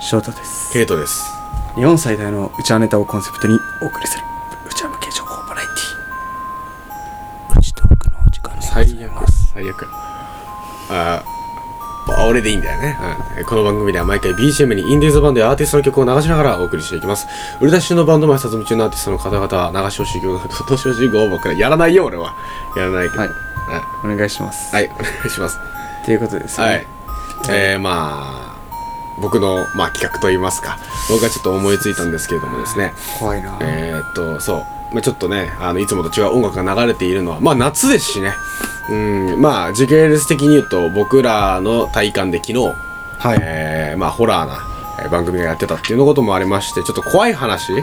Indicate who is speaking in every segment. Speaker 1: 翔太です
Speaker 2: ケイトです
Speaker 1: 日本最大のうちわネタをコンセプトにお送りするうちわ向け情報バラエティーうちトークのお時間で
Speaker 2: 悪最悪ああ俺でいいんだよね、うん、この番組では毎回 BGM にインディーズバンドやアーティストの曲を流しながらお送りしていきます売り出しのバンド前撮影中のアーティストの方々は流しを修行の年を修行からやらないよ俺はやらないけど
Speaker 1: は
Speaker 2: はいい、
Speaker 1: お願いします
Speaker 2: はい、お願いします
Speaker 1: ということですよね
Speaker 2: はい。えー、まあ、僕の、まあ、企画といいますか、僕がちょっと思いついたんですけれどもですね、
Speaker 1: 怖いな
Speaker 2: えー、っと、そう、まあ、ちょっとね、あの、いつもと違う音楽が流れているのは、まあ、夏ですしね、うん、まあ、時系列的に言うと、僕らの体感で昨日、
Speaker 1: はい
Speaker 2: えー、まあ、ホラーなえー番組がやってたっていうのこともありまして、ちょっと怖い話え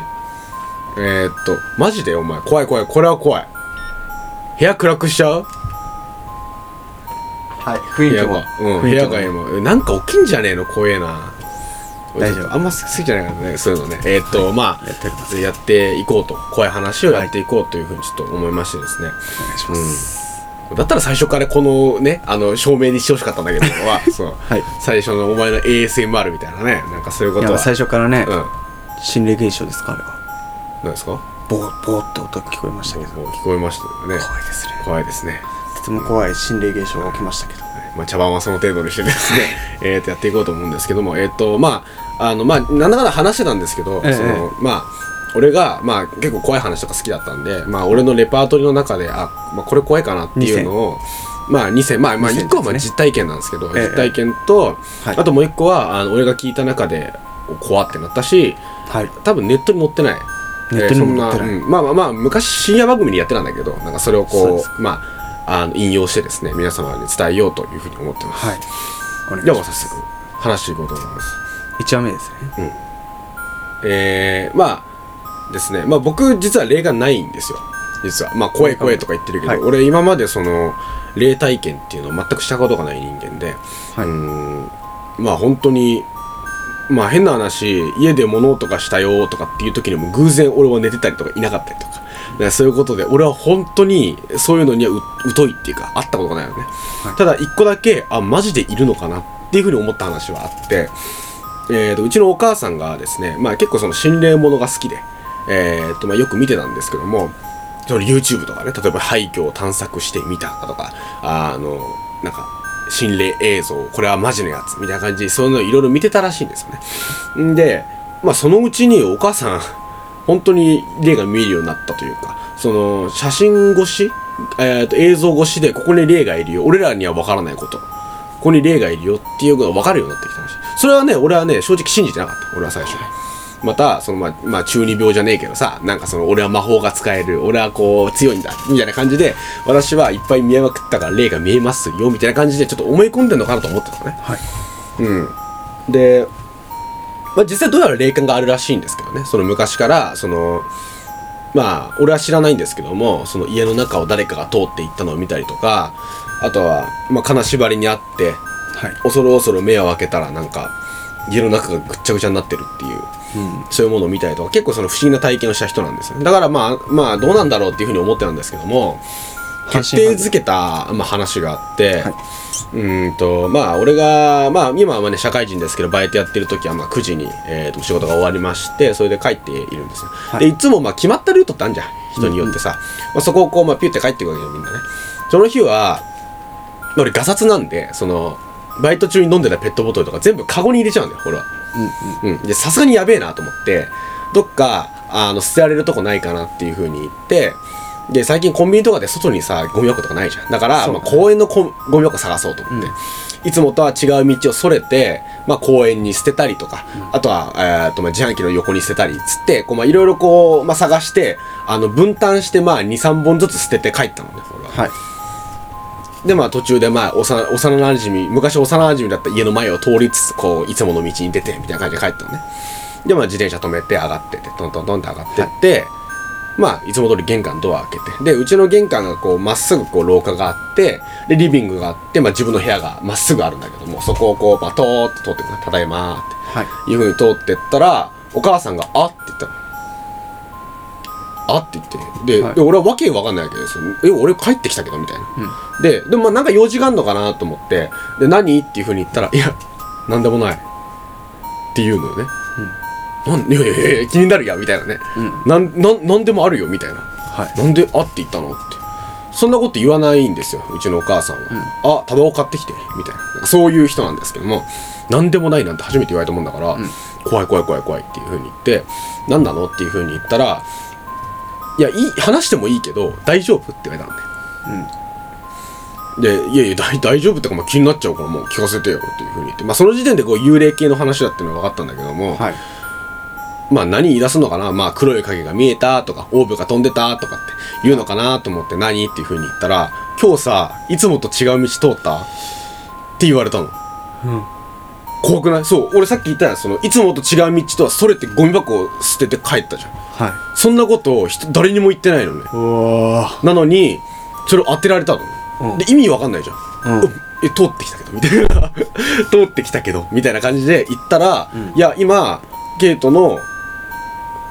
Speaker 2: ー、っと、マジでお前、怖い怖い、これは怖い。部屋暗くしちゃう
Speaker 1: はい雰囲気
Speaker 2: 部屋
Speaker 1: も
Speaker 2: が、うん、
Speaker 1: 雰
Speaker 2: 部
Speaker 1: 囲気
Speaker 2: 屋
Speaker 1: も
Speaker 2: が今えなんか起きんじゃねえの怖えな
Speaker 1: 大丈夫
Speaker 2: 俺ちょっとあんま好きじゃないからねそういうのねえーっと、ま
Speaker 1: やっておりま
Speaker 2: あやっていこうと怖い話をやっていこうというふうにちょっと思いましてですね、
Speaker 1: お願いします
Speaker 2: だったら最初からこのねあの照明にしてほしかったんだけど はそう、
Speaker 1: い
Speaker 2: 最初のお前の ASMR みたいなねなんかそういうこ
Speaker 1: い
Speaker 2: と
Speaker 1: や
Speaker 2: は
Speaker 1: 最初からね
Speaker 2: うん
Speaker 1: 心霊現象ですかあれは
Speaker 2: 何ですか
Speaker 1: ボーボーって音が聞こえましたけど
Speaker 2: もう聞こえましたね
Speaker 1: 怖いですね
Speaker 2: 怖いですね
Speaker 1: とても怖い心霊現象が起きましたけど
Speaker 2: まあ、茶番はその程度にしてです ね、えーとやっていこうと思うんですけども、えーとまあ、あのまあなんだかんだ話してたんですけど、
Speaker 1: ええ
Speaker 2: そのまあ、俺が、まあ、結構怖い話とか好きだったんで、まあ、俺のレパートリーの中であ、まあ、これ怖いかなっていうのを。まあ、2選まあ、まあ
Speaker 1: 二選
Speaker 2: 1個はまあ
Speaker 1: ですね
Speaker 2: 実体験なんですけど、
Speaker 1: ええ
Speaker 2: 実体験と、
Speaker 1: はい
Speaker 2: あともう1個はあの俺が聞いた中でお怖ってなったし
Speaker 1: はい
Speaker 2: 多分ネットに載ってない
Speaker 1: ネットにも載ってない
Speaker 2: えーそんうんまあまあまあ昔深夜番組でやってたんだけどなんかそれを
Speaker 1: そう
Speaker 2: こ
Speaker 1: で
Speaker 2: う
Speaker 1: す
Speaker 2: まああの引用してですね皆様に伝えようというふうに思ってます、
Speaker 1: はいお
Speaker 2: で
Speaker 1: 願い
Speaker 2: は
Speaker 1: しま
Speaker 2: もう早
Speaker 1: す
Speaker 2: 速話していこうと思います
Speaker 1: 1話目ですね
Speaker 2: えー、まあですねまあ僕実は霊がないんですよ実はまあ怖い怖いとか言ってるけど、
Speaker 1: はい
Speaker 2: 俺今までその霊体験っていうのを全くしたことがない人間で、
Speaker 1: はいう
Speaker 2: ーんまあ本当にまあ変な話家で物音がしたよとかっていう時にも偶然俺は寝てたりとかいなかったりとかだからそういうことで俺は本当にそういうのにはう疎いっていうか会ったことがないよね、
Speaker 1: はい
Speaker 2: ただ一個だけあマジでいるのかなっていうふうに思った話はあって、えー、とうちのお母さんがですね、まあ、結構その心霊ものが好きで、えーとまあ、よく見てたんですけどもその YouTube とかね例えば廃墟を探索してみたとかあのなんか心霊映像これはマジのやつみたいな感じでそういうのいろいろ見てたらしいんですよねんで、まあ、そのうちにお母さん本当に霊が見えるようになったというかその写真越し、えー、と映像越しでここに霊がいるよ俺らには分からないことここに霊がいるよっていうことが分かるようになってきたらしいそれはね俺はね正直信じてなかった俺は最初またそのまあ、まあ、中二病じゃねえけどさなんかその俺は魔法が使える俺はこう強いんだみたいな感じで私はいっぱい見えまくったから霊が見えますよみたいな感じでちょっと思い込んでんのかなと思ってたのね
Speaker 1: はい
Speaker 2: うんで、まあ、実際どうやら霊感があるらしいんですけどねその昔からそのまあ俺は知らないんですけどもその家の中を誰かが通っていったのを見たりとかあとは、まあ、金縛りにあって
Speaker 1: はい
Speaker 2: 恐る恐る目を開けたらなんか家の中がぐっちゃぐちゃになってるっていう
Speaker 1: うん
Speaker 2: そういうものを見たりとか結構その不思議な体験をした人なんですよねだからまあまあどうなんだろうっていうふうに思ってたんですけども
Speaker 1: 半
Speaker 2: 決
Speaker 1: 信半疑
Speaker 2: 定づけた、まあ、話があって、
Speaker 1: はいう
Speaker 2: ーんとまあ俺がまあ今はね社会人ですけどバイトやってる時はまあ9時に、えーと仕事が終わりましてそれで帰っているんですよ、
Speaker 1: はい
Speaker 2: でいつもまあ決まったルートってあるじゃん人によってさ、まあ、そこをこうまあピュって帰ってくるわけよみんなねその日はまあ俺ガサツなんでそのバイト中に飲んでたペットボトルとか全部カゴに入れちゃうんだよ俺は
Speaker 1: うん
Speaker 2: うん、でさすがにやべえなと思ってどっかあの捨てられるとこないかなっていうふうに言ってで最近コンビニとかで外にさゴミ箱とかないじゃんだから、
Speaker 1: そう
Speaker 2: ま
Speaker 1: だ
Speaker 2: あ、
Speaker 1: ね
Speaker 2: 公園のコンゴミ箱探そうと思って、いつもとは違う道をそれて、まあ、公園に捨てたりとか、あとは、えーとまあ、自販機の横に捨てたりっつってこうまあいろいろこう、まあ、探してあの分担して、まあ、23本ずつ捨てて帰ったのね俺は
Speaker 1: はい
Speaker 2: でまあ途中でまあ幼幼なじみ昔幼なじみだった家の前を通りつつこういつもの道に出てみたいな感じで帰ったのねでまあ自転車止めて上がってってトントントンって上がってって、まあいつも通り玄関ドア開けてでうちの玄関がこうまっすぐこう廊下があってでリビングがあって、まあ、自分の部屋がまっすぐあるんだけどもそこをこうバトーって通ってくるただいまーって
Speaker 1: はい
Speaker 2: いう風に通ってったらお母さんが「あっ」って言ったの。あって言ってで,、
Speaker 1: はい
Speaker 2: で俺はわけわかんないわけですよえ俺帰ってきたけどみたいな、ででもまあなんか用事があるのかなと思って「で何?」っていうふうに言ったら「いや何でもないっていうのよね、なんいやいやいや気になるやみたいなね、なんなんなんでもあるよみたいな、
Speaker 1: はい
Speaker 2: なんであって言ったのってそんなこと言わないんですようちのお母さんは、あタバコ買ってきてみたいななんかそういう人なんですけども何でもないなんて初めて言われたもんだから、怖い怖い怖い怖いっていうふうに言って何なのっていうふうに言ったらいやいい話してもいいけど大丈夫って言われたんだよで、いやいや、大大丈夫ってか、まあ、気になっちゃうから、もう聞かせてよ、っていうふうに言って、まあ、その時点でこう幽霊系の話だっていうのは分かったんだけども、
Speaker 1: はい
Speaker 2: まあ、何言い出すのかな、まあ、黒い影が見えたとか、オーブが飛んでたとかって言うのかなと思って、何っていうふうに言ったら、今日さ、いつもと違う道通ったって言われたの。
Speaker 1: うん
Speaker 2: 怖くないそう、俺さっき言ったやんその、いつもと違う道とは、それってゴミ箱を捨てて帰ったじゃん。
Speaker 1: はい
Speaker 2: そんなことを人誰にも言ってないのね。
Speaker 1: うわ
Speaker 2: なのにそれを当てられたの、
Speaker 1: うん
Speaker 2: で意味わかんないじゃん、
Speaker 1: うん
Speaker 2: え通ってきたけどみたい な通ってきたけどみたいな感じで行ったら、いや今ゲートの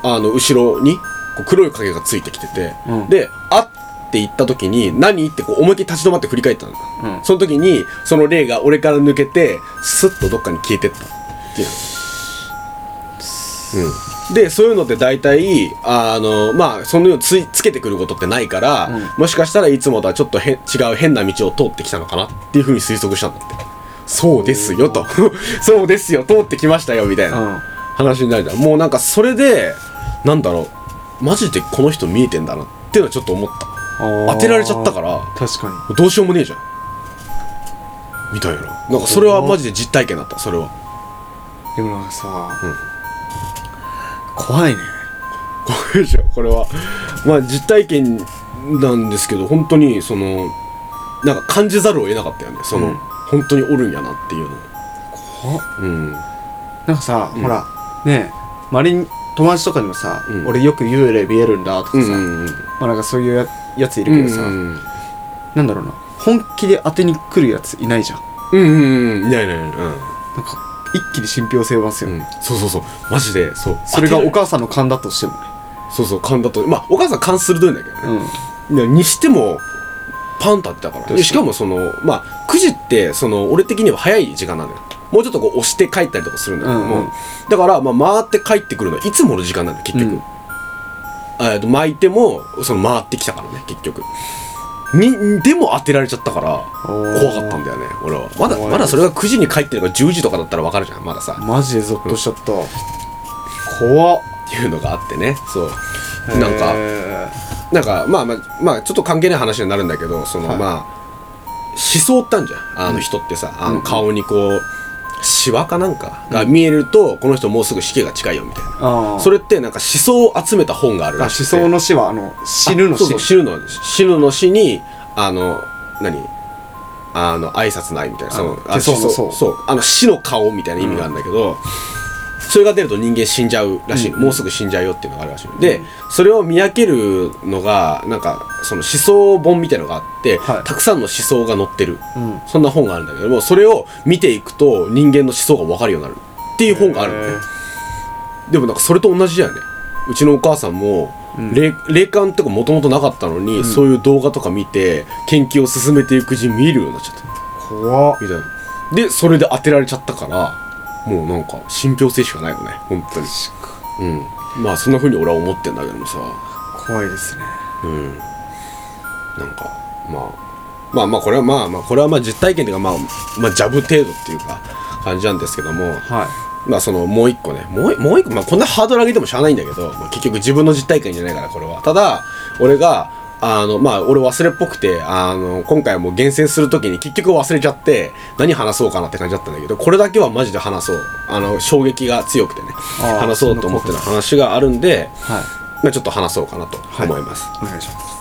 Speaker 2: あの後ろにこう黒い影がついてきてて、
Speaker 1: うん
Speaker 2: で「あっ」て言った時に「何?」ってこう思いっきり立ち止まって振り返ったの、
Speaker 1: うん
Speaker 2: その時にその霊が俺から抜けてスッとどっかに消えてったっていうでそういうのって大体あのまあそのようについつけてくることってないから、もしかしたらいつもとはちょっとへん違う変な道を通ってきたのかなっていうふうに推測したんだってそうですよと そうですよ通ってきましたよみたい
Speaker 1: うん
Speaker 2: な話になるじゃんもうなんかそれでなんだろうマジでこの人見えてんだなっていうのはちょっと思った
Speaker 1: 当
Speaker 2: 当てられちゃったから
Speaker 1: 確かに
Speaker 2: どうしようもねえじゃんみたいななんかそれはマジで実体験だったそれは
Speaker 1: でもなんかさ、怖いね
Speaker 2: これでしょこれはまあ実体験なんですけど本当にそのなんか感じざるを得なかったよねその、
Speaker 1: うん
Speaker 2: 本当におるんやなっていうの
Speaker 1: 怖っ
Speaker 2: うん
Speaker 1: なんかさ、
Speaker 2: ん
Speaker 1: ほらねえ周りに友達とかにもさ、
Speaker 2: うん
Speaker 1: 俺よく幽霊見えるんだとかさ、
Speaker 2: うん
Speaker 1: まあなんかそういうややついる
Speaker 2: う
Speaker 1: け
Speaker 2: ん
Speaker 1: どさ、なんだろうな本気で当てに来るやついないじゃん
Speaker 2: うんうんうんいやいやいやう
Speaker 1: な
Speaker 2: ん
Speaker 1: んか一気に信憑性増すよ、
Speaker 2: う
Speaker 1: ね
Speaker 2: んそうそうそうマジでそう
Speaker 1: それがお
Speaker 2: おか
Speaker 1: 母さんの勘だとしてもね
Speaker 2: そうそう勘だとまあお母さん勘鋭いんだけどね、
Speaker 1: うん
Speaker 2: いやにしてもパン立ってたから
Speaker 1: か
Speaker 2: ね
Speaker 1: に
Speaker 2: しかもそのまあ9時ってその俺的には早い時間なのよもうちょっとこう押して帰ったりとかするんだけども、
Speaker 1: うんうん
Speaker 2: だからまあ回って帰ってくるのはいつもの時間なんだよ結
Speaker 1: う
Speaker 2: 局
Speaker 1: ん、
Speaker 2: えっと巻いてもその回ってきたからね結局にでも当てられちゃったから
Speaker 1: おー
Speaker 2: 怖かったんだよね俺はまだ
Speaker 1: 怖い
Speaker 2: まだそれが9時に帰ってるのが10時とかだったら分かるじゃんまださ
Speaker 1: マジでゾッとしちゃった、怖っ
Speaker 2: っていうのがあってねそうなんか
Speaker 1: へ
Speaker 2: なんかまあまあ、まあ、ちょっと関係ない話になるんだけどその、
Speaker 1: はい
Speaker 2: まあ思想ってあるじゃんあの人ってさ、あの顔にこうシワかなんかが見えると、この人もうすぐ死刑が近いよみたいな、
Speaker 1: ーあ
Speaker 2: そ
Speaker 1: れ
Speaker 2: れってなんか思想を集めた本がある
Speaker 1: あ思
Speaker 2: らしくて
Speaker 1: 想の死はあの死ぬの
Speaker 2: そう
Speaker 1: 死
Speaker 2: そう死ぬの死ぬの死にあの何あの挨拶ないみたいなその
Speaker 1: あの手相の
Speaker 2: 思
Speaker 1: そ
Speaker 2: 想
Speaker 1: う
Speaker 2: そうあの死の顔みたいな意味があるんだけど、それが出ると人間死んじゃうらしい、もうすぐ死んじゃうよっていうのがあるらしいで、それを見分けるのがなんかその思想本みたいのがあって、
Speaker 1: はい
Speaker 2: たくさんの思想が載ってる、
Speaker 1: うん
Speaker 2: そんな本があるんだけどもそれを見ていくと人間の思想が分かるようになるっていう本があるんだよ、
Speaker 1: へー
Speaker 2: でもなんかそれと同じだよねうちのお母さんも、霊霊感とかもともとなかったのに、そういう動画とか見て研究を進めていくうちに見えるようになっちゃった
Speaker 1: 怖っ
Speaker 2: みたいなでそれで当てられちゃったからもうなんか信憑性しかないよね本当にうんまあそんな風に俺は思ってんだけどもさ
Speaker 1: 怖いですね
Speaker 2: うんなんかまあまあまあこれはまあまあこれはまあ実体験というかまあまあジャブ程度っていうか感じなんですけども
Speaker 1: は
Speaker 2: まあそのもう一個ねもうもう一個、まあ、こんなハードル上げてもしゃあないんだけど、まあ、結局自分の実体験じゃないからこれはただ俺があのまあ俺忘れっぽくてあの今回はもう厳選するときに結局忘れちゃって何話そうかなって感じだったんだけどこれだけはマジで話そうあの衝撃が強くてね
Speaker 1: あー
Speaker 2: 話そうと思ってた話があるんで、
Speaker 1: いはい
Speaker 2: まあ、ちょっと話そうかなと思います、
Speaker 1: お願いします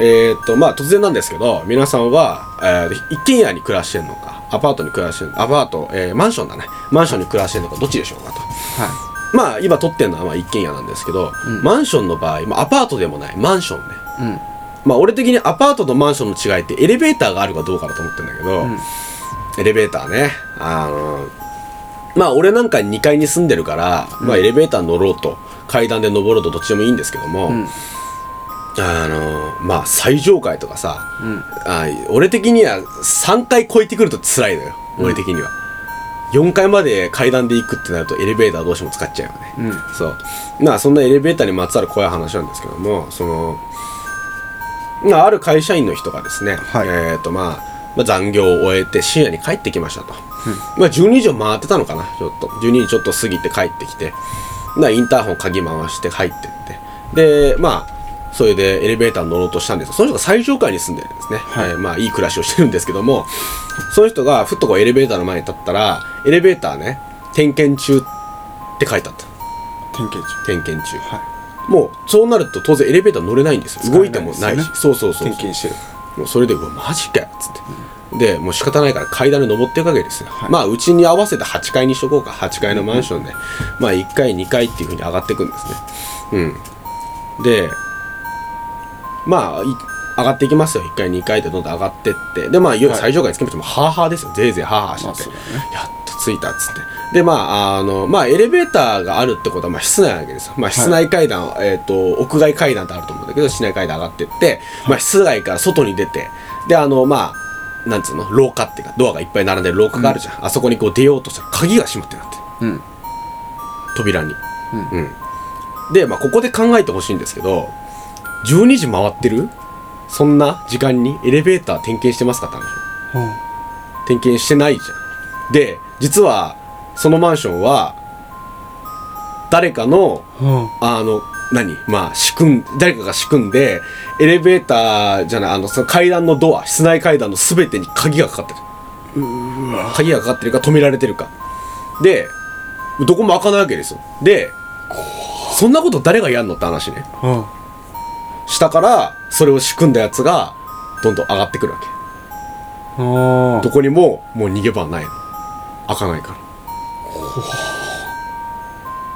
Speaker 2: えーっとまあ突然なんですけど皆さんは、えー一軒家に暮らしてるのかアパートに暮らしてるアパート、えーマンションだねマンションに暮らしてるのかどっちでしょうかと
Speaker 1: は
Speaker 2: まあ今撮ってるのはまあ一軒家なんですけど、マンションの場合、まあ、アパートでもないマンションね
Speaker 1: いうん
Speaker 2: まあ俺的にアパートとマンションの違いってエレベーターがあるかどうかだと思ってるんだけど、エレベーターねあのまあ俺なんか2階に住んでるから、まあエレベーター乗ろうと階段で登ろうとどっちでもいいんですけども、
Speaker 1: ん
Speaker 2: あのまあ最上階とかさ、
Speaker 1: うん
Speaker 2: あ俺的には3階超えてくると辛いのよ俺的には、 4階まで階段で行くってなるとエレベーターどうしても使っちゃうよね、
Speaker 1: うん
Speaker 2: そうまあそんなエレベーターにまつわる怖い話なんですけどもそのまあある会社員の人がですね、
Speaker 1: はい
Speaker 2: えーとまあまあ残業を終えて深夜に帰ってきましたと、まあ12時を回ってたのかなちょっと12時ちょっと過ぎて帰ってきてなインターホン鍵回して入ってってでまあそれでエレベーターに乗ろうとしたんですその人が最上階に住んでるんですね、
Speaker 1: はい
Speaker 2: えーまあいい暮らしをしてるんですけどもその人がふっとこうエレベーターの前に立ったらエレベーターね点検中って書いてあった
Speaker 1: 点検中
Speaker 2: 点検中
Speaker 1: は
Speaker 2: もうそうなると当然エレベーター乗れないんですよ
Speaker 1: 使
Speaker 2: 動
Speaker 1: え
Speaker 2: い
Speaker 1: ない
Speaker 2: て
Speaker 1: で
Speaker 2: も
Speaker 1: すよ
Speaker 2: な
Speaker 1: ね
Speaker 2: いしそうそうそう
Speaker 1: 点検してる
Speaker 2: もうそれでうわマジかよっつって、でもう仕方ないから階段で登っていくわけですよ、
Speaker 1: はい
Speaker 2: まあうちに合わせて8階にしとこうか8階のマンションで、まあ1階2階っていうふうに上がっていくんですねうんでまあい上がっていきますよ1階2階でどんどん上がってってでまあいよいよ最上階につけましてもハーハーですよぜいぜいハーハーしてて、
Speaker 1: まあそうだね
Speaker 2: やっと着いたっつって。で、まあ、あの、まあ、エレベーターがあるってことは、まあ、室内なわけですよ。まあ、室内階段、えっ、と、屋外階段ってあると思うんだけど、室内階段上がってって、まあ、室外から外に出て、で、あの、まあ、なんつうの、廊下っていうか、ドアがいっぱい並んでる廊下があるじゃん。あそこにこう出ようとしたら、鍵が閉まってなって、
Speaker 1: うん
Speaker 2: 扉に。うん。で、まあ、ここで考えてほしいんですけど、12時回ってるそんな時間にエレベーター点検してますかって話点検してないじゃんで実はそのマンションは誰かの
Speaker 1: うん
Speaker 2: あの何まあ仕組ん誰かが仕組んでエレベーターじゃないあのその階段のドア室内階段の全てに鍵がかかってる鍵がかかってるか止められてるかでどこも開かないわけですよでそんなこと誰がやんのって話ね
Speaker 1: うん
Speaker 2: 下からそれを仕組んだやつがどんどん上がってくるわけ
Speaker 1: あ
Speaker 2: どこにももう逃げ場はないの開かないからっ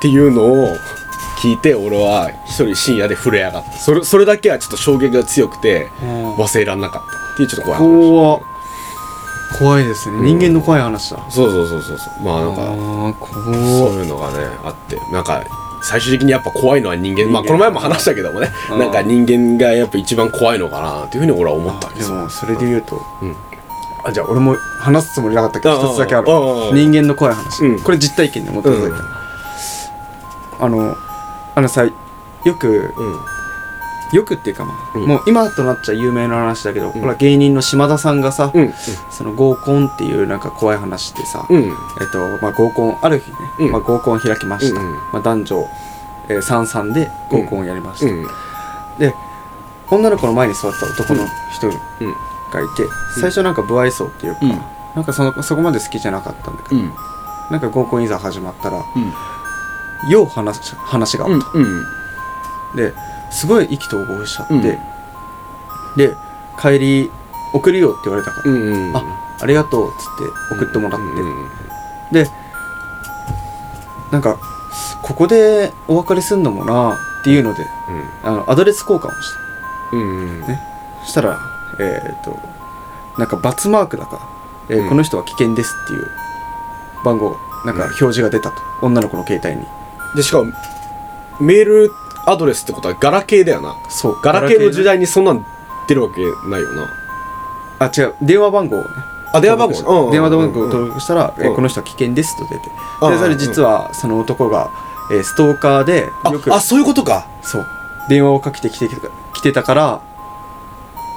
Speaker 2: ていうのを聞いて俺は一人深夜で震え上がったそれそれだけはちょっと衝撃が強くて
Speaker 1: うん
Speaker 2: 忘れらんなかったっていうちょっと怖い話
Speaker 1: 怖怖いですね人間の怖い話だ
Speaker 2: そうそうそうそうそうまあなんか
Speaker 1: ああ
Speaker 2: そう
Speaker 1: 怖い
Speaker 2: いうのがねあってなんか最終的にやっぱ怖いのは人間まあ
Speaker 1: 人間
Speaker 2: この前も話したけどもね
Speaker 1: うん
Speaker 2: なんか人間がやっぱ一番怖いのかなっていうふうに俺は思ったんで
Speaker 1: です
Speaker 2: よ
Speaker 1: もそれで言うと
Speaker 2: うん
Speaker 1: あじゃあ俺も話すつもりなかったけど
Speaker 2: ああ
Speaker 1: 一つだけある
Speaker 2: ああああ
Speaker 1: 人間の怖い話、
Speaker 2: うん
Speaker 1: これ実体験で思っていただいた、あのあのさよく
Speaker 2: うん
Speaker 1: よくっていうかまあ、
Speaker 2: うん
Speaker 1: もう今となっちゃ有名な話だけど、ほら芸人の島田さんがさ、
Speaker 2: うん
Speaker 1: その合コンっていうなんか怖い話でさ、
Speaker 2: うん
Speaker 1: えっとまあ、合コンある日ね、
Speaker 2: うん
Speaker 1: まあ、合コン開きました、
Speaker 2: うんうん
Speaker 1: まあ、男女、えー、三々で合コンをやりました、
Speaker 2: うん
Speaker 1: で女の子の前に座った男の人が
Speaker 2: うん
Speaker 1: いて、最初なんか不愛想っていうか、
Speaker 2: うん
Speaker 1: なんかそのそこまで好きじゃなかったんだけど、
Speaker 2: うん
Speaker 1: なんか合コンいざ始まったら
Speaker 2: うん
Speaker 1: よう話し話があっ
Speaker 2: う
Speaker 1: た、
Speaker 2: んうん
Speaker 1: ですごい意気投合しちゃって、
Speaker 2: うん
Speaker 1: で帰り送るよって言われたから、
Speaker 2: うんうん
Speaker 1: あありがとうっつって送ってもらって、
Speaker 2: うん
Speaker 1: でなんかここでお別れすんのもなっていうのであのアドレス交換をした
Speaker 2: うんうん
Speaker 1: ねそしたらえっ、となんか×マークだから、えー
Speaker 2: うん
Speaker 1: この人は危険ですっていう番号なんか
Speaker 2: うん
Speaker 1: 表示が出たと、女の子の携帯に
Speaker 2: でしかもメールアドレスってことはガラケーだよな
Speaker 1: そう
Speaker 2: ガラケーの時代にそんなん出るわけないよな
Speaker 1: あ違う電話番号をね
Speaker 2: あ電話番号
Speaker 1: 登録した電話番号を
Speaker 2: うん
Speaker 1: 登録したら、えー
Speaker 2: うん
Speaker 1: この人は危険ですと出て
Speaker 2: うん
Speaker 1: でそれ実はその男が、えーストーカーでよく
Speaker 2: ああそういうことか
Speaker 1: そう電話をかけてきてきてたから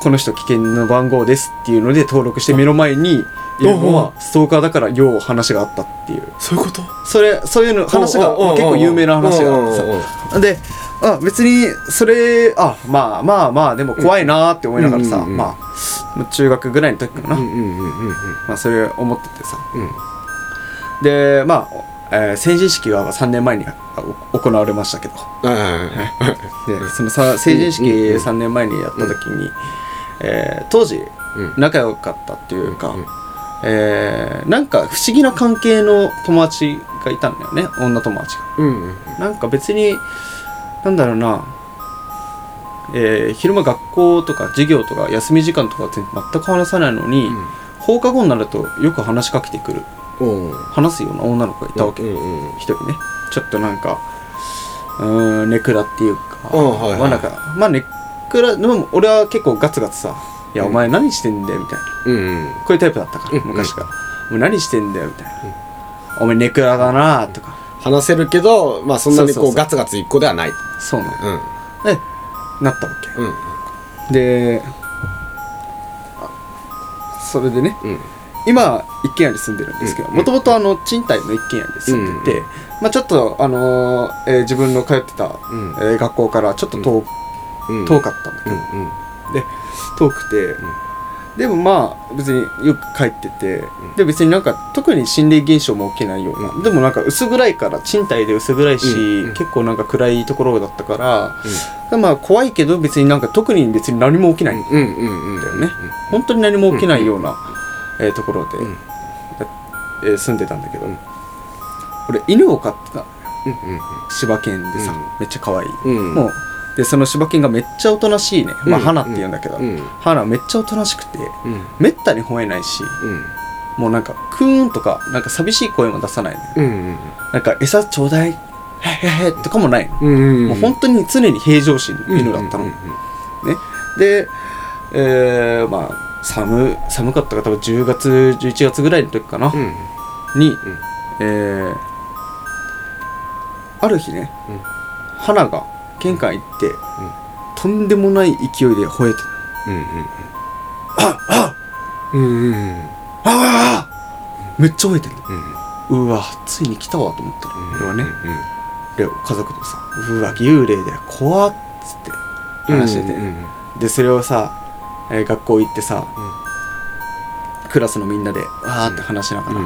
Speaker 1: この人危険の番号ですっていうので登録して目の前にいるの
Speaker 2: うん
Speaker 1: はストーカーだからよう話があったっていう
Speaker 2: そういうこと
Speaker 1: それそういうの話が
Speaker 2: うんうんうんうん
Speaker 1: 結構有名な話があって
Speaker 2: うんうんうん
Speaker 1: さであ別にそれあまあまあまあでも怖いなーって思いながらさ、
Speaker 2: うんうんうん
Speaker 1: まあ中学ぐらいの時かな、
Speaker 2: うんうんうんうんうん
Speaker 1: まあ、それ思っててさ
Speaker 2: うん
Speaker 1: でまあ、えー成人式は3年前にあお行われましたけど
Speaker 2: はいはいはい
Speaker 1: でそのさ成人式
Speaker 2: うんうんうん
Speaker 1: 3年前にやった時に、えー当時
Speaker 2: うん
Speaker 1: 仲良かったっていうか、
Speaker 2: うん
Speaker 1: えーなんか不思議な関係の友達がいたんだよね女友達が。
Speaker 2: うんうん
Speaker 1: なんか別になんだろうな、えー昼間学校とか授業とか休み時間とか全全く話さないのに、
Speaker 2: うん
Speaker 1: 放課後になるとよく話しかけてくる
Speaker 2: うん
Speaker 1: 話すような女の子がいたわけ、
Speaker 2: うんうん
Speaker 1: 一人ねちょっとなんかうーんネクラっていうか、
Speaker 2: うんはいはい
Speaker 1: まあなんかまあネクラでも俺は結構ガツガツさ「いや
Speaker 2: うん
Speaker 1: お前何してんだよ」みたいな、
Speaker 2: うんうん
Speaker 1: こういうタイプだったから
Speaker 2: うん
Speaker 1: 昔から「もう何してんだよ」みたいな、 「お前ネクラだな」とか
Speaker 2: 話せるけど、まあ、そんなにこう
Speaker 1: そうそうそう
Speaker 2: ガツガツ一個ではない。
Speaker 1: そうなの
Speaker 2: うん。
Speaker 1: でなったわ
Speaker 2: うん。
Speaker 1: けであそれでね
Speaker 2: うん。
Speaker 1: 今一軒家に住んでるんですけど
Speaker 2: うん
Speaker 1: もともとあの賃貸の一軒家に住んでて、まあ、ちょっと、あのーえー自分の通ってた、
Speaker 2: うん。
Speaker 1: えー学校からちょっと遠,、
Speaker 2: うん。
Speaker 1: 遠かったんだけ
Speaker 2: う
Speaker 1: ど、
Speaker 2: ん。うん。
Speaker 1: 遠くて、
Speaker 2: ん
Speaker 1: でもまあ別によく帰ってて、
Speaker 2: ん
Speaker 1: で別になんか特に心霊現象も起きないような、
Speaker 2: う
Speaker 1: でもなんか薄暗いから賃貸で薄暗いし、
Speaker 2: うんうん
Speaker 1: 結構なんか暗いところだったから、でまあ怖いけど別になんか特に別に何も起きない、
Speaker 2: うん。うん。うん。
Speaker 1: だよね本当に何も起きないような、えーところで、
Speaker 2: うん
Speaker 1: えー住んでたんだけど、
Speaker 2: うん
Speaker 1: 俺犬を飼ってた
Speaker 2: う
Speaker 1: 柴犬でさ、
Speaker 2: うん
Speaker 1: めっちゃ可愛い、
Speaker 2: ん。うん。
Speaker 1: もうでその柴犬がめっちゃおとなしいね、まあ
Speaker 2: うん
Speaker 1: 花って言うんだけど、
Speaker 2: うん。
Speaker 1: 花めっちゃおとなしくて
Speaker 2: うん。
Speaker 1: めったに吠えないし
Speaker 2: うん。
Speaker 1: もうなんかクーンとかなんか寂しい声も出さないのよ
Speaker 2: うん。
Speaker 1: なんか餌ちょうだいへへへとかもないの、
Speaker 2: うん。
Speaker 1: もう本当に常に平常心の犬だったの、で、えーまあ寒寒かったから多分10月11月ぐらいの時かな、
Speaker 2: うん。
Speaker 1: に、えーある日ね、
Speaker 2: うん
Speaker 1: 花が玄関行って、とんでもない勢いで吠えてた
Speaker 2: うん。うん。うん。
Speaker 1: ああめっちゃ吠えてる
Speaker 2: うん。
Speaker 1: うわついに来たわと思ったの俺はね、で家族でさ「うわ幽霊だよ怖っ」っつって話してて、
Speaker 2: うん。
Speaker 1: でそれをさ、えー学校行ってさ、クラスのみんなでわーって話しながら、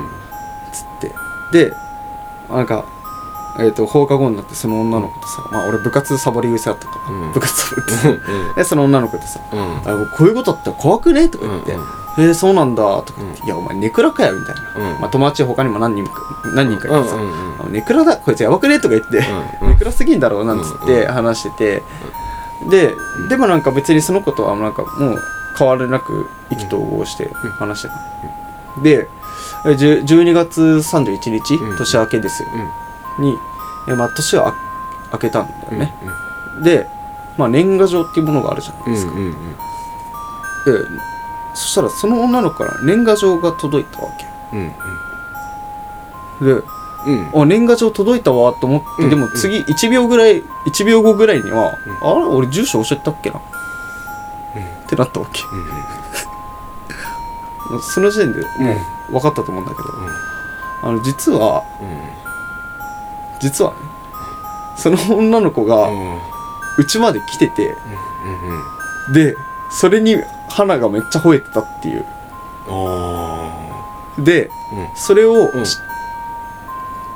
Speaker 1: つってでなんか、えー、と放課後になってその女の子とさ、まあ、俺部活サボり癖だったから、
Speaker 2: うん
Speaker 1: 部活サボって さでその女の子とさ
Speaker 2: うん。うん
Speaker 1: 「あこういうことあって怖くね?」とか言って「
Speaker 2: うん
Speaker 1: えー、そうなんだ」とか言って「いやお前ネクラかよ」みたいな、
Speaker 2: うん
Speaker 1: まあ、友達他にも何人か何人かいてさ「
Speaker 2: うんうんうん
Speaker 1: あネクラだこいつやばくね?」とか言って
Speaker 2: うんうん
Speaker 1: ネクラすぎんだろうなんつっ
Speaker 2: うんう
Speaker 1: て
Speaker 2: ん
Speaker 1: 話してて、ででもなんか別にその子とはなんかもう変わりなく意気投合して話してた、でえじゅ12月31日、
Speaker 2: うん
Speaker 1: 年明けですよ、にえ、まあ、年はあ明けたんだよね、で、まあ、年賀状っていうものがあるじゃないですか、でそしたらその女の子から年賀状が届いたわけであ年賀状届いたわと思って、
Speaker 2: うん
Speaker 1: でも次1秒ぐらい1秒後ぐらいには、あれ俺住所教えたっけな、ってなったわけその時点でもう分かったと思うんだけど、あの実は実はねその女の子がうちまで来てて、でそれに花がめっちゃ吠えてたっていうでそれを、
Speaker 2: うん
Speaker 1: し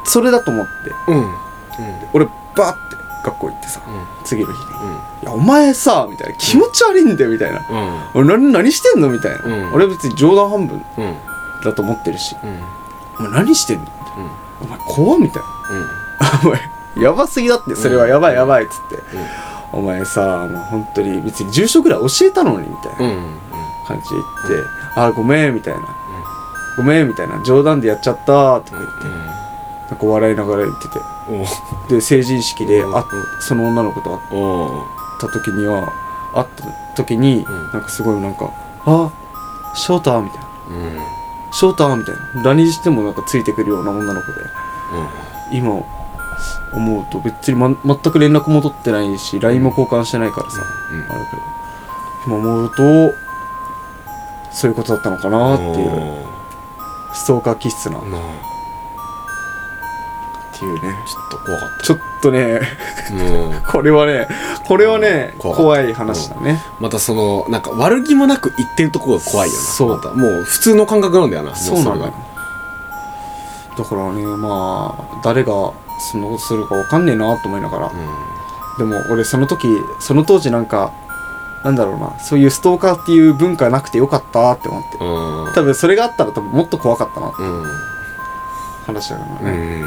Speaker 1: それだと思って俺バーって学校行ってさ次の日に「いやお前さ」みたいな「気持ち悪いんだよ」みたいな「俺何何してんの?」みたいな、
Speaker 2: うん
Speaker 1: 俺別に冗談半分だと思ってるし「お前何してんの?」お前怖っみたいな 「お前やばすぎだってそれはやばいやばい」っつって「お前さもう本当に別に住所ぐらい教えたのに」みたいな感じで言って「あーごめん」みたいな「ごめん」みたいな「冗談でやっちゃった」とか言ってなんか笑いながら言っててで成人式で
Speaker 2: うん
Speaker 1: あその女の子と会った時には会った時に
Speaker 2: ん
Speaker 1: なんかすごいなんか「あ翔太」みたいな「翔太」みたいな何してもなんかついてくるような女の子で今思うと別に、ま、全く連絡も取ってないし LINE も交換してないからさ、あるけど今思うとそういうことだったのかなっていうストーカー気質なっていうねちょっとねこれはねこれはね
Speaker 2: 怖
Speaker 1: 怖
Speaker 2: い
Speaker 1: い話だね、
Speaker 2: またそのなんか悪気もなく言ってるところが怖いよな
Speaker 1: そう
Speaker 2: またもう普通の感覚なんだよなも
Speaker 1: そうなの
Speaker 2: れが
Speaker 1: よだからねまあ誰がそのするかわかんねえなと思いながら、でも俺その時その当時なんかなんだろうなそういうストーカーっていう文化なくてよかったって思って
Speaker 2: うん
Speaker 1: 多分それがあったら多分もっと怖かったなって
Speaker 2: うん
Speaker 1: 話だから
Speaker 2: う
Speaker 1: ね、
Speaker 2: ん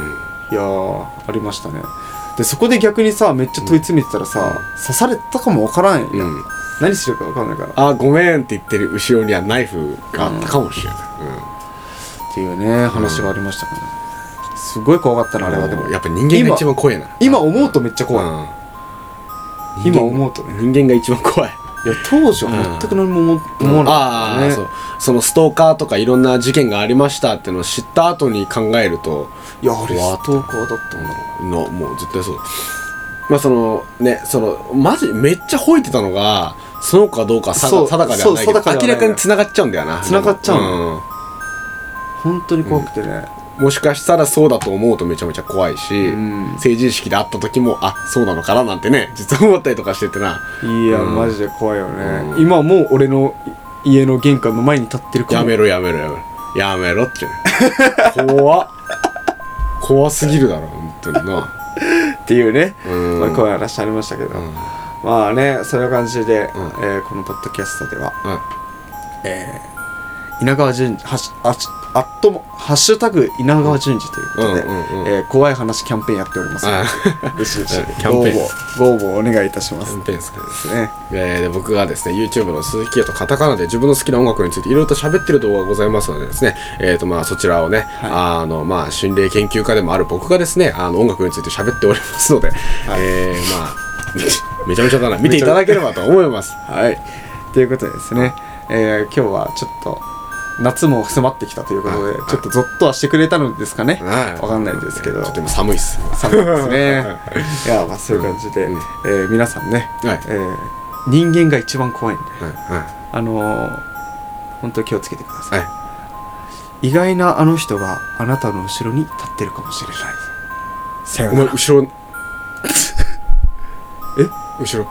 Speaker 1: いやーありましたねでそこで逆にさめっちゃ問い詰めてたらさ、刺されたかもわからんやん、
Speaker 2: うん
Speaker 1: 何するかわかんないから
Speaker 2: あごめんって言ってる後ろにはナイフがあったかもしれな、
Speaker 1: っていうね話がありましたから、ねすごい怖かったないあ
Speaker 2: うん
Speaker 1: れはでも
Speaker 2: やっぱ人間が一番怖いな
Speaker 1: 今思うとめっちゃ怖い、
Speaker 2: 怖い
Speaker 1: 今思うとね
Speaker 2: 人間が一番怖い
Speaker 1: いや当時は全く何も思思わなか
Speaker 2: あ
Speaker 1: っ
Speaker 2: あ、
Speaker 1: たです
Speaker 2: そ
Speaker 1: ね
Speaker 2: うそのストーカーとかいろんな事件がありましたっていうのを知った後に考えると
Speaker 1: いやあれ
Speaker 2: うわ
Speaker 1: ストーカーだったんだ
Speaker 2: のもう絶対そうだまあそのねそのマジめっちゃ吠えてたのがその子かどうかさ
Speaker 1: そう
Speaker 2: 定かではないけ
Speaker 1: そう定かでは
Speaker 2: ど
Speaker 1: ない
Speaker 2: 明らかに繋がっちゃうんだよな
Speaker 1: 繋がっちゃうの
Speaker 2: ん
Speaker 1: 本当に怖くてね、
Speaker 2: もしかしたらそうだと思うとめちゃめちゃ怖いし、
Speaker 1: うん
Speaker 2: 成人式で会った時もあそうなのかななんてね実は思ったりとかしててない
Speaker 1: や、
Speaker 2: うん
Speaker 1: マジで怖いよね、
Speaker 2: うん
Speaker 1: 今もう俺のい家の玄関の前に立ってるか
Speaker 2: や
Speaker 1: も
Speaker 2: めろやめろやめろやめろってね怖っ怖すぎるだろ本当にな
Speaker 1: っていうね、
Speaker 2: うん
Speaker 1: まあ、怖い話ありましたけど、
Speaker 2: うん
Speaker 1: まあねそういう感じで、
Speaker 2: うん
Speaker 1: えーこのポッドキャストでは、
Speaker 2: うん
Speaker 1: えー稲川淳二はしあしあっともハッシュタグ稲川淳二ということで、
Speaker 2: うんうんうん
Speaker 1: えー怖い話キャンペーンやっておりますので
Speaker 2: あ
Speaker 1: どしどし
Speaker 2: キャンペーン
Speaker 1: ご応募ご応募お願いいたしま
Speaker 2: キ
Speaker 1: す
Speaker 2: ャン
Speaker 1: ね
Speaker 2: ペーンですかねえーで僕がですね YouTube の鈴木家とカタカナで自分の好きな音楽についていろいろと喋ってる動画がございますのでですね、えー、とまあそちらをね、あのまあ心霊研究家でもある僕がですねあの音楽について喋っておりますので、えーまあ めちゃめちゃだな見ていただければと思います
Speaker 1: はいということでですね、えー今日はちょっと夏も迫ってきたということで、
Speaker 2: はい
Speaker 1: ちょっとゾッとはしてくれたのですかね、
Speaker 2: はい
Speaker 1: わかんないですけど
Speaker 2: とても寒いっす
Speaker 1: 寒いですね いやまあそういう感じで、
Speaker 2: うん
Speaker 1: えー皆さんね、
Speaker 2: はい
Speaker 1: えー人間が一番怖いんで
Speaker 2: はいは
Speaker 1: あのー、本当に気をつけてください、
Speaker 2: いは
Speaker 1: 意外なあの人があなたの後ろに立ってるかもしれないさ
Speaker 2: い
Speaker 1: よ
Speaker 2: お
Speaker 1: な
Speaker 2: 前
Speaker 1: ら
Speaker 2: 後ろ
Speaker 1: え
Speaker 2: 後ろ